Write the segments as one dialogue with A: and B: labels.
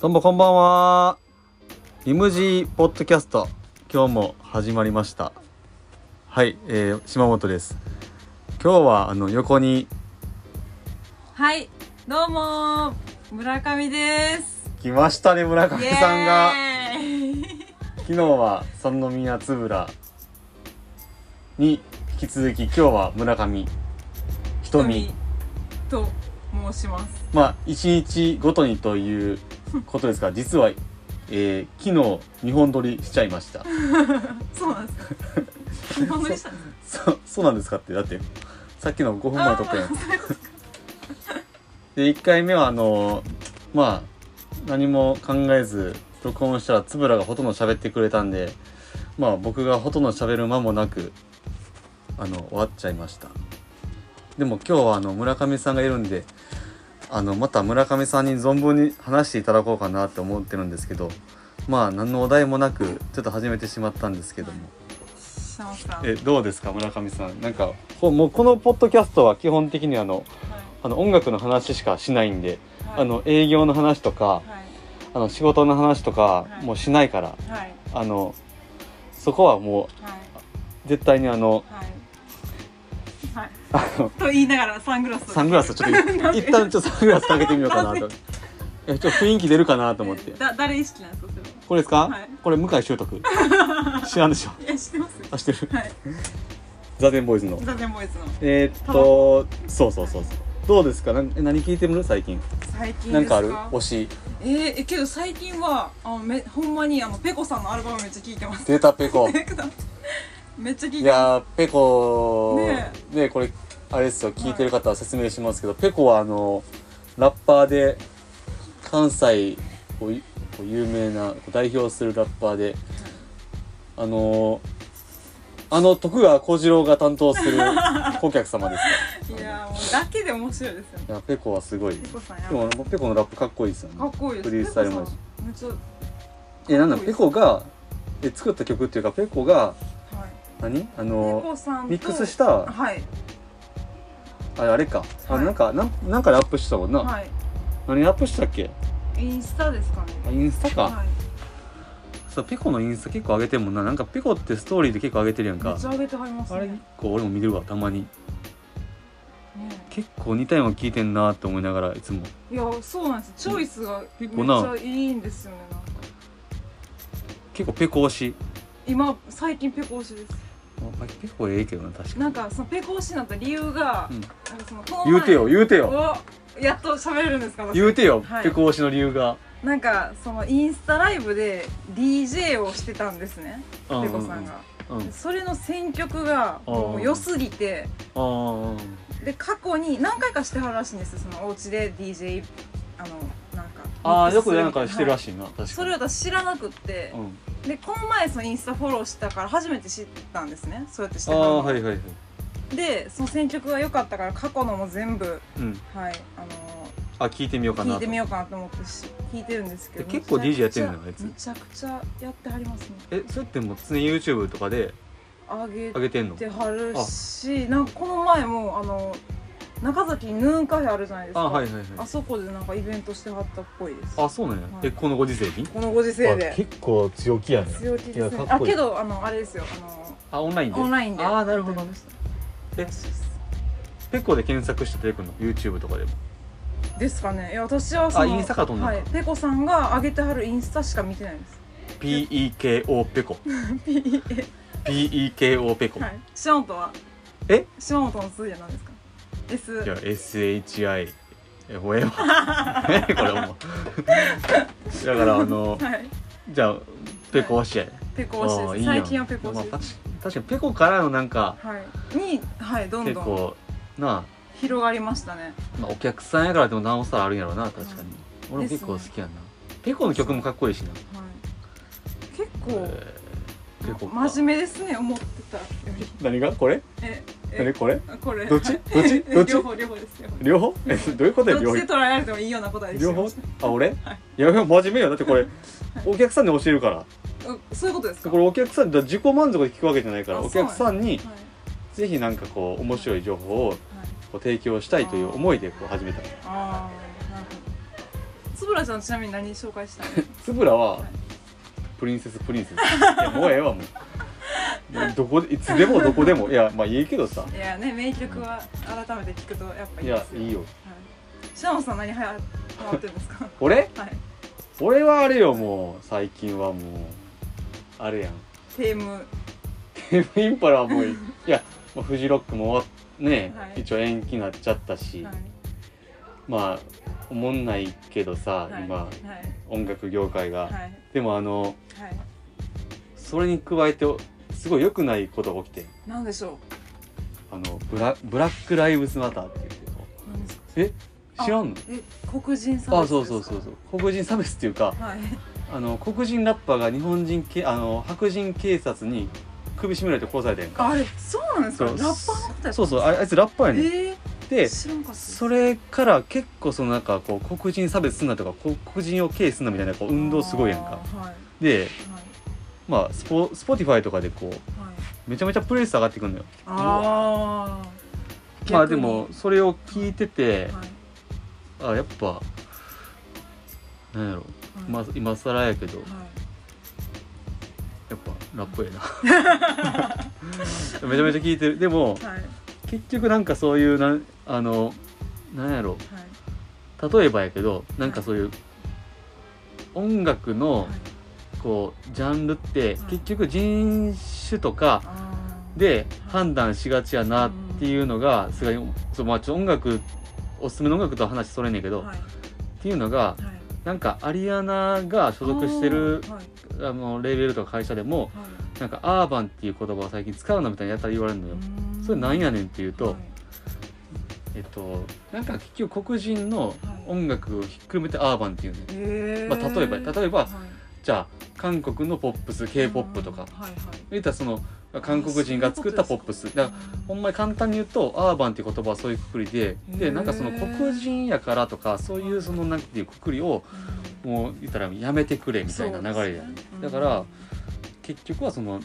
A: どうもこんばんは。リムジーポッドキャスト、今日も始まりました。はい、えー、島本です。今日はあの横に
B: はい、どうもー村上です。
A: 来ましたね村上
B: イエ
A: さんが。
B: ーイ
A: 昨日は三宮つぶらに引き続き今日は村上ひとみ
B: と申します。
A: まあ一日ごとにということですが実は、えー昨日日本撮りしちゃいました
B: そうなんですか。日本撮りした んですね。
A: そそうなんですかってだってさっきの5分前に撮ったやん
B: あーそういうこと
A: で1回目はあのまあ何も考えず録音したらつぶらがほとんど喋ってくれたんでまあ僕がほとんど喋る間もなくあの終わっちゃいましたでも今日はあの村上さんがいるんであのまた村上さんに存分に話していただこうかなって思ってるんですけどまあ何のお題もなくちょっと始めてしまったんですけども
B: してますか。
A: えどうですか村上さんなんかこうもうこのポッドキャストは基本的にあのあの音楽の話しかしないんで
B: はい
A: あの営業の話とか
B: はい
A: あの仕事の話とか
B: はい
A: もうしないから
B: はい
A: あのそこはも
B: はい。
A: う絶対にあの
B: はい。はい。
A: あの
B: と言いながらサングラスを
A: サングラスをちょっと一
B: なんで
A: 一旦ちょっとサングラスかけてみようかな
B: な
A: と
B: んで
A: えちょっと雰囲気出るかなと思って
B: だ誰意識なんですかそれ
A: これですか、
B: はい
A: これ向井秀 徳知らんでしょ
B: は。いや知ってますよ。
A: あ知ってる
B: はい。
A: ザ・デンボーイズの
B: ザゼンボーイズの
A: えーっとそうそうそうそうどうですかなんえ何聞いてみる最近
B: 最近で
A: な
B: す
A: んかある推し
B: えー、えけど最近はあのめほんまにあのペコさんのアルバムめっちゃ聴いてます
A: データペコ
B: めっちゃ聴い
A: い
B: てま
A: やーペコ
B: ね
A: ねこれあれですよ聞いてる方は説明しますけど、ペコはあのラッパーで関西をいこう有名な代表するラッパーで、あのあの徳川幸次郎が担当す る顧客様ですか
B: すいやーもうだけで面白いですよね
A: いやペコはすごい
B: ペコさんや
A: で
B: ばい
A: もあのペコのラップかっこいいですよね
B: かっこいいです
A: フリースタイルもあ
B: ペ
A: る
B: コ
A: し
B: さんめっちゃ
A: えなんだ
B: かっこ
A: ペ
B: いいです
A: コがえ作った曲っていうかペコが
B: はい
A: 何あ
B: ペ
A: の
B: コさんと
A: ミックスした
B: はい
A: あれあれか、あ
B: はい
A: なんかなんなんかでアップしたもんな、
B: はい
A: 何アップしたっけ
B: インスタですかね
A: あインスタか、
B: はい
A: そうペコのインスタ結構上げてるもんななんかペコってストーリーで結構上げてるやん
B: め
A: か
B: っちゃ上げてはります
A: あ
B: ね
A: れ
B: ね
A: 結構俺も見てるわたまに結構似たような聞いてんなって思いながらいつも
B: いやそうなんですチョイスがめっ
A: 結構な
B: ちゃいいんですよねなんか
A: 結構ペコ推し
B: 今最近ペコ推しです
A: まあペコええけどな確かに
B: なんかそのペコ推しになった理由が、
A: うん
B: なんかそのこの前
A: 言うてよ言うてよ
B: おやっと喋れるんですか私
A: 言うてよ、
B: はい
A: ペコ推しの理由が
B: なんかそのインスタライブで DJ をしてたんですね
A: ペ
B: ペコさんが、
A: うんうん
B: それの選曲が
A: うん
B: もう良すぎて
A: あ
B: で過去に何回かしてはるらしいんですよそのお家で DJ あのなんか
A: あああよくなんかしてるら
B: い、
A: しいな、確かに
B: それ私知らなくって
A: う、ん、
B: でこの前そのインスタフォローしたから初めて知ったんですねそうやってして
A: あ
B: はる
A: あ
B: の
A: はいはいはい
B: でその選曲が良かったから過去のも全部
A: うん
B: はいあ
A: あ聞いてみようか
B: の
A: な
B: 聞い
A: と
B: てみようかなと思ってし聞いてるんですけど
A: で結構
B: めち
A: DJ や
B: ゃ
A: ってんのよ
B: くちゃ
A: あいつ
B: めちゃくちゃやってはりますね
A: えそれってもう常に YouTube とかで
B: あげ
A: 上げてんの
B: てはるしなんかこの前もあの中崎ヌーンカフェあるじゃないですか
A: あはいはいはい
B: あそこでなんかイベントしてはったっぽいです
A: あそうなんや、
B: はい
A: えこのご時世に
B: このご時世
A: あ
B: で
A: 結構強気やね
B: 強気です
A: いや
B: ね
A: かっ
B: あ
A: こいい
B: けどあのあれですよあの
A: あオンラインで
B: オンラインで
A: ああなるほど
B: やっ
A: ね
B: て
A: え
B: ました
A: ペコで検索して出てくるの YouTube とかでも
B: ですかねいや私はその
A: あインスタから飛んだ
B: はいペコさんが上げてはるインスタしか見てな いです
A: PEKO ペコ PEKO ペコ、
B: はい島本は
A: え
B: 島本の数字は何ですか S
A: いや SHI えほえわ 何これもうだからあの
B: はい
A: じゃあペコ推しやね
B: ペコ推し
A: あー
B: で
A: いい
B: す
A: やん
B: 最近はペコ推し
A: まあ
B: で
A: 確
B: す
A: か確かにペコからのなんか
B: はいにはいどん
A: 結
B: どん
A: 構な
B: 広がりましたね
A: あ、まあ、お客さんやからでもなおさらあるんやろうな確かに、俺も
B: ですね
A: 結構好きやな、ペコの曲もかっこいいしな
B: はい結
A: えーペコ
B: 構
A: か
B: 真面目ですね思ってたより
A: 何がこれ
B: え
A: 何これ
B: これ
A: どっち
B: はい
A: どっちどっち
B: 両方両方ですよ
A: 両方えどういうこと
B: ど
A: や
B: っ
A: 両
B: ち
A: 方
B: で捉えられてもいいような答えです
A: 両方あ俺、
B: はい
A: いやいや真面目よだってこれお客さんに教えるから
B: そういうことですか
A: これお客さんだから自己満足で聞くわけじゃないから
B: あ
A: お客さんに
B: はいはい
A: ぜひなんかこう面白い情報をこう提供したいという思いでこう始めた
B: ああなるつぶらちゃんちなみに何紹介したの
A: つぶらは、
B: はい
A: プリンセスプリンセスいやもうええわもうもうどこでいつでもどこで もいやまあいいけどさ
B: いやね名曲は改めて聞くとやっぱい
A: い
B: いで
A: や
B: すよ
A: いいよ
B: はい、シナモンさん何はやハマってるんですか
A: 俺
B: はい
A: 俺はあれよもう最近はもうあれやん
B: テーム
A: テーインパラはもういいいやもうフジロックも終わね、
B: はい
A: 一応延期になっちゃったし、
B: はい
A: まあおもんないけどさ、
B: はい
A: 今
B: はい
A: 音楽業界が、
B: はい
A: でもあの
B: はい
A: それに加えてすごい良くないことが起きて
B: 何でしょ
A: あのブラブラック・ライブズ・マターって言って
B: う何ですか
A: え知らんの
B: え黒人差別ですか
A: あそうそうそうそう黒人差別っていうか
B: はい
A: あの黒人ラッパーが日本人けあの白人警察に首絞められて殺されたやんか
B: あれそうなんですか
A: そ
B: ラ
A: う
B: ッパーの方
A: そううそうああいつラッパーやねん
B: え
A: で
B: ー、知らんかったです
A: それから結構そのなんかこう黒人差別すんなとかこう黒人を軽視すんなみたいなこう運動すごいやんか
B: あーはい
A: で
B: はい
A: まあスポスポティファイとかでこう
B: はい
A: めちゃめちゃプレイス上がってくるのよ
B: あー
A: まあで
B: 逆に
A: もそれを聞いてて
B: はい
A: あやっぱなんやろ
B: は
A: まあ
B: い
A: 今更やけどや
B: はい
A: っぱラップええな めちゃめちゃ聞いてるでも
B: はいはい
A: 結局なんかそういうなんあのなんやろ例えばやけどなんかそういう音楽の
B: はい
A: こうジャンルって
B: はい
A: 結局人種とか
B: あー
A: で判断しがちやなっていうのがすごいそうまあちょっと音楽おすすめの音楽とは話それんねんけど、
B: はい
A: っていうのが
B: はい
A: なんかアリアナが所属してる
B: あーはい
A: あのレーベルとか会社でも
B: はい
A: なんかアーバンっていう言葉を最近使うなみたいなやったら言われるのよ。
B: うーん
A: それなんやねんっていうと、えっとなんか結局黒人の音楽をひっくるめてアーバンっていうね、
B: え
A: まあ、例えば例えば
B: はい
A: じゃあ韓国のポップス k p o p とか
B: はいはい
A: 言ったらその韓国人が作ったポップスだからほんまに簡単に言うとアーバンっていう言葉はそういうくくりで
B: へ
A: で
B: ー
A: なんかその黒人やからとかそういうそのなんていうくくりをもう言ったらやめてくれみたいな流れやねだから結局はその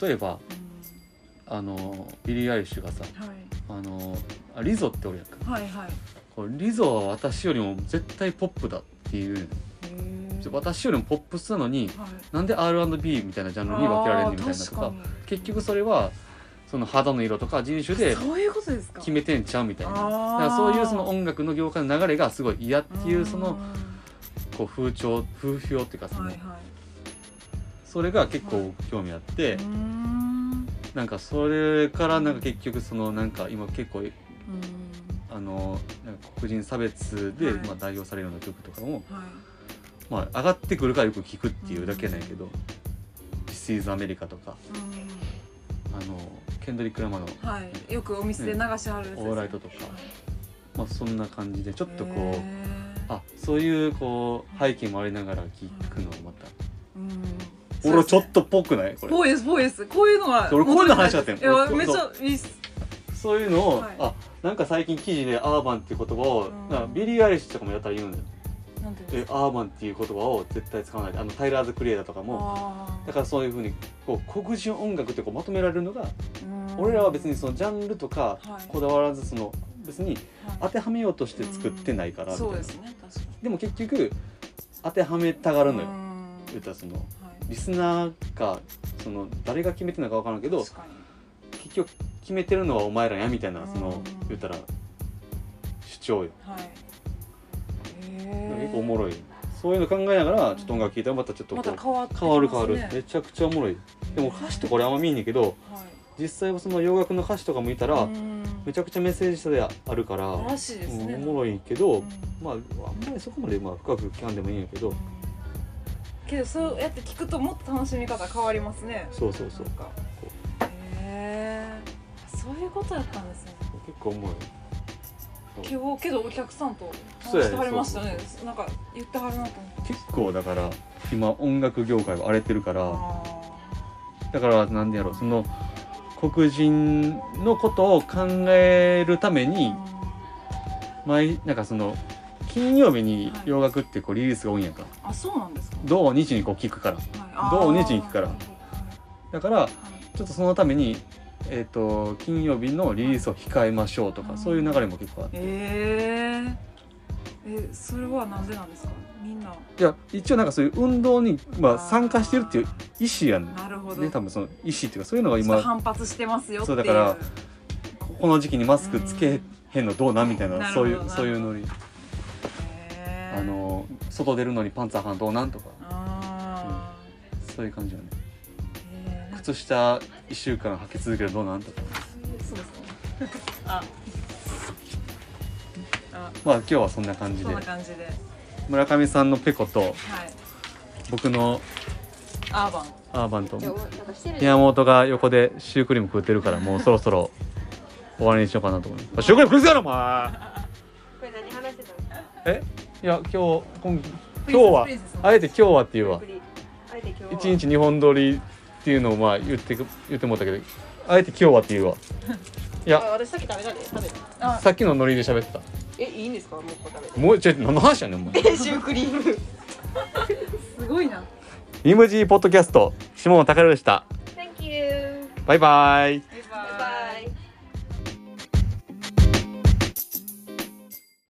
A: 例えばあのビリー・アイリッシュがさあのあリゾっておるやんか
B: はいはい
A: こうリゾは私よりも絶対ポップだっていうね私よりもポップスなのになんで R&B みたいなジャンルに分けられるみたいなとか結局それはその肌の色とか人種で
B: そういうことですか
A: 決めてんちゃうみたいなだ
B: あー
A: からそういうその音楽の業界の流れがすごい嫌っていうその
B: ん
A: こう風潮風評っていうかそ
B: は
A: の
B: いは
A: それが結
B: は
A: 構
B: い
A: 興味あっ
B: い
A: て
B: うーん
A: なんかそれからなんか結局そのなんか今結構
B: うん
A: あのなんか黒人差別で
B: はい
A: まあ代表されるような曲とかも
B: はい
A: まあ上がってくるからよく聞くっていうだけなんやけど「This is America」とか
B: うん
A: あのケンドリック・ラマーの
B: はいよくお店で流しはるやつです
A: オーライトとかまあそんな感じでちょっとこ
B: へ
A: う
B: ー
A: あそういうこう背景もありながら聞くのまた
B: うん
A: 俺ちょっとぽくないこれ
B: ぽいですぽいですこういうのは
A: 俺こういうの話だったよ
B: いや
A: 俺
B: めっちゃいいっす
A: そういうのを、
B: はい
A: あなんか最近記事でアーバンっていう言葉を、
B: うん
A: なんかビリー・アイリッシュとかもやったら言うんだよ
B: なんていうんで
A: え
B: すか
A: アーバンっていう言葉を絶対使わないあのタイラーズ・クリエイターとかも
B: あー
A: だからそういうふうにこう黒人音楽ってこうまとめられるのが、
B: うん
A: 俺らは別にそのジャンルとか
B: はい
A: こだわらずその別に
B: はい
A: 当てはめようとして作ってないからみたい
B: そう
A: な、
B: ですね確かに
A: でも結局当てはめたがるのよ、
B: うん
A: 言ったらその
B: はい
A: リスナーかその誰が決めてるのか分からんけど
B: 確かに
A: 結局決めてるのはお前らやみたいなその、
B: うん
A: 言ったら主張よ、
B: はい
A: 結構お
B: え
A: もろいそういうの考えながら
B: ん
A: ちょっと音楽聴いたらまたちょっと
B: ま
A: こ
B: た
A: う
B: 変わってきますね
A: 変わる変わる、めちゃくちゃおもろいでも歌詞とか俺あんま見んねんけど
B: はい
A: 実際はその洋楽の歌詞とかも見たら、
B: うん
A: めちゃくちゃメッセージ性あるから
B: らしいですね
A: うんおもろいけど、
B: うん
A: まああんまりそこまでまあ深く聞かんでもいいんやけど、
B: けどそうやって聞くともっと楽しみ方変わりますね
A: そうそうそう
B: なんか
A: こ
B: へえそういうことやったんですね
A: 結構おもろい
B: 今日けどお客さんと
A: そう
B: 話
A: や
B: し
A: ね
B: てはりましたねなんか言ってはるなと思って
A: 結構だから今音楽業界は荒れてるから、
B: あ
A: だから何でやろうその黒人のことを考えるために毎なんかその金曜日に洋楽ってこうリリースが多いんやんか
B: あそうなんですか
A: 土日にこう聞くから土
B: ど
A: 日に行くからだからちょっとそのためにえっ、と金曜日のリリースを控えましょうとかそういう流れも結構あって
B: えええそれはなんでなんですかみんない
A: や一応なんかそういう運動に、まあ、参加してるっていう意思やね
B: なるほど、
A: ね多分その意思っていうかそういうのが
B: ちょっと
A: 今
B: 反発してますよって
A: そ
B: いう
A: うだからこの時期にマスクつけへんのどうなんみたいな
B: うんなる
A: そ
B: ほ
A: う
B: ど
A: いうそういうノリ
B: へー
A: あの外出るのにパンツあかんどうなんとか
B: あ
A: そういう感じよね
B: ーへーなんか
A: 靴下1週間履き続けるどうなんとか
B: そうですねああ
A: まあ今日はそんな感じ
B: そ
A: で
B: んな感じではい
A: 村上さんのペコと僕の
B: アーバン
A: アーバンと
C: じゃあなんかしてる
A: 山本が横でシュークリーム食ってる からもうそろそろ終わりにしようかなと思いますシュークリーム食うぞよお前
C: これ何話してたの
A: えいや今日今今日は
B: プリンセスプリンセス
A: あえて今日はっていうわ
C: ゆっくりあえて今日は
A: 一日日本撮りっていうのをまあ言ってく言ってもらったけどあえて今日はっていう わい
C: あ
A: や
C: 私さっき食べたで食べた
B: あ
A: さっきのノリで喋ってた
C: えいいんですかもう一個食べて
A: もうちょい何の話やねんお前
C: えシュークリーム
B: すごいな
A: イムジーポッドキャスト下野隆でした
C: Thank you
A: バイバイ
B: バイ
C: バイ
B: バイ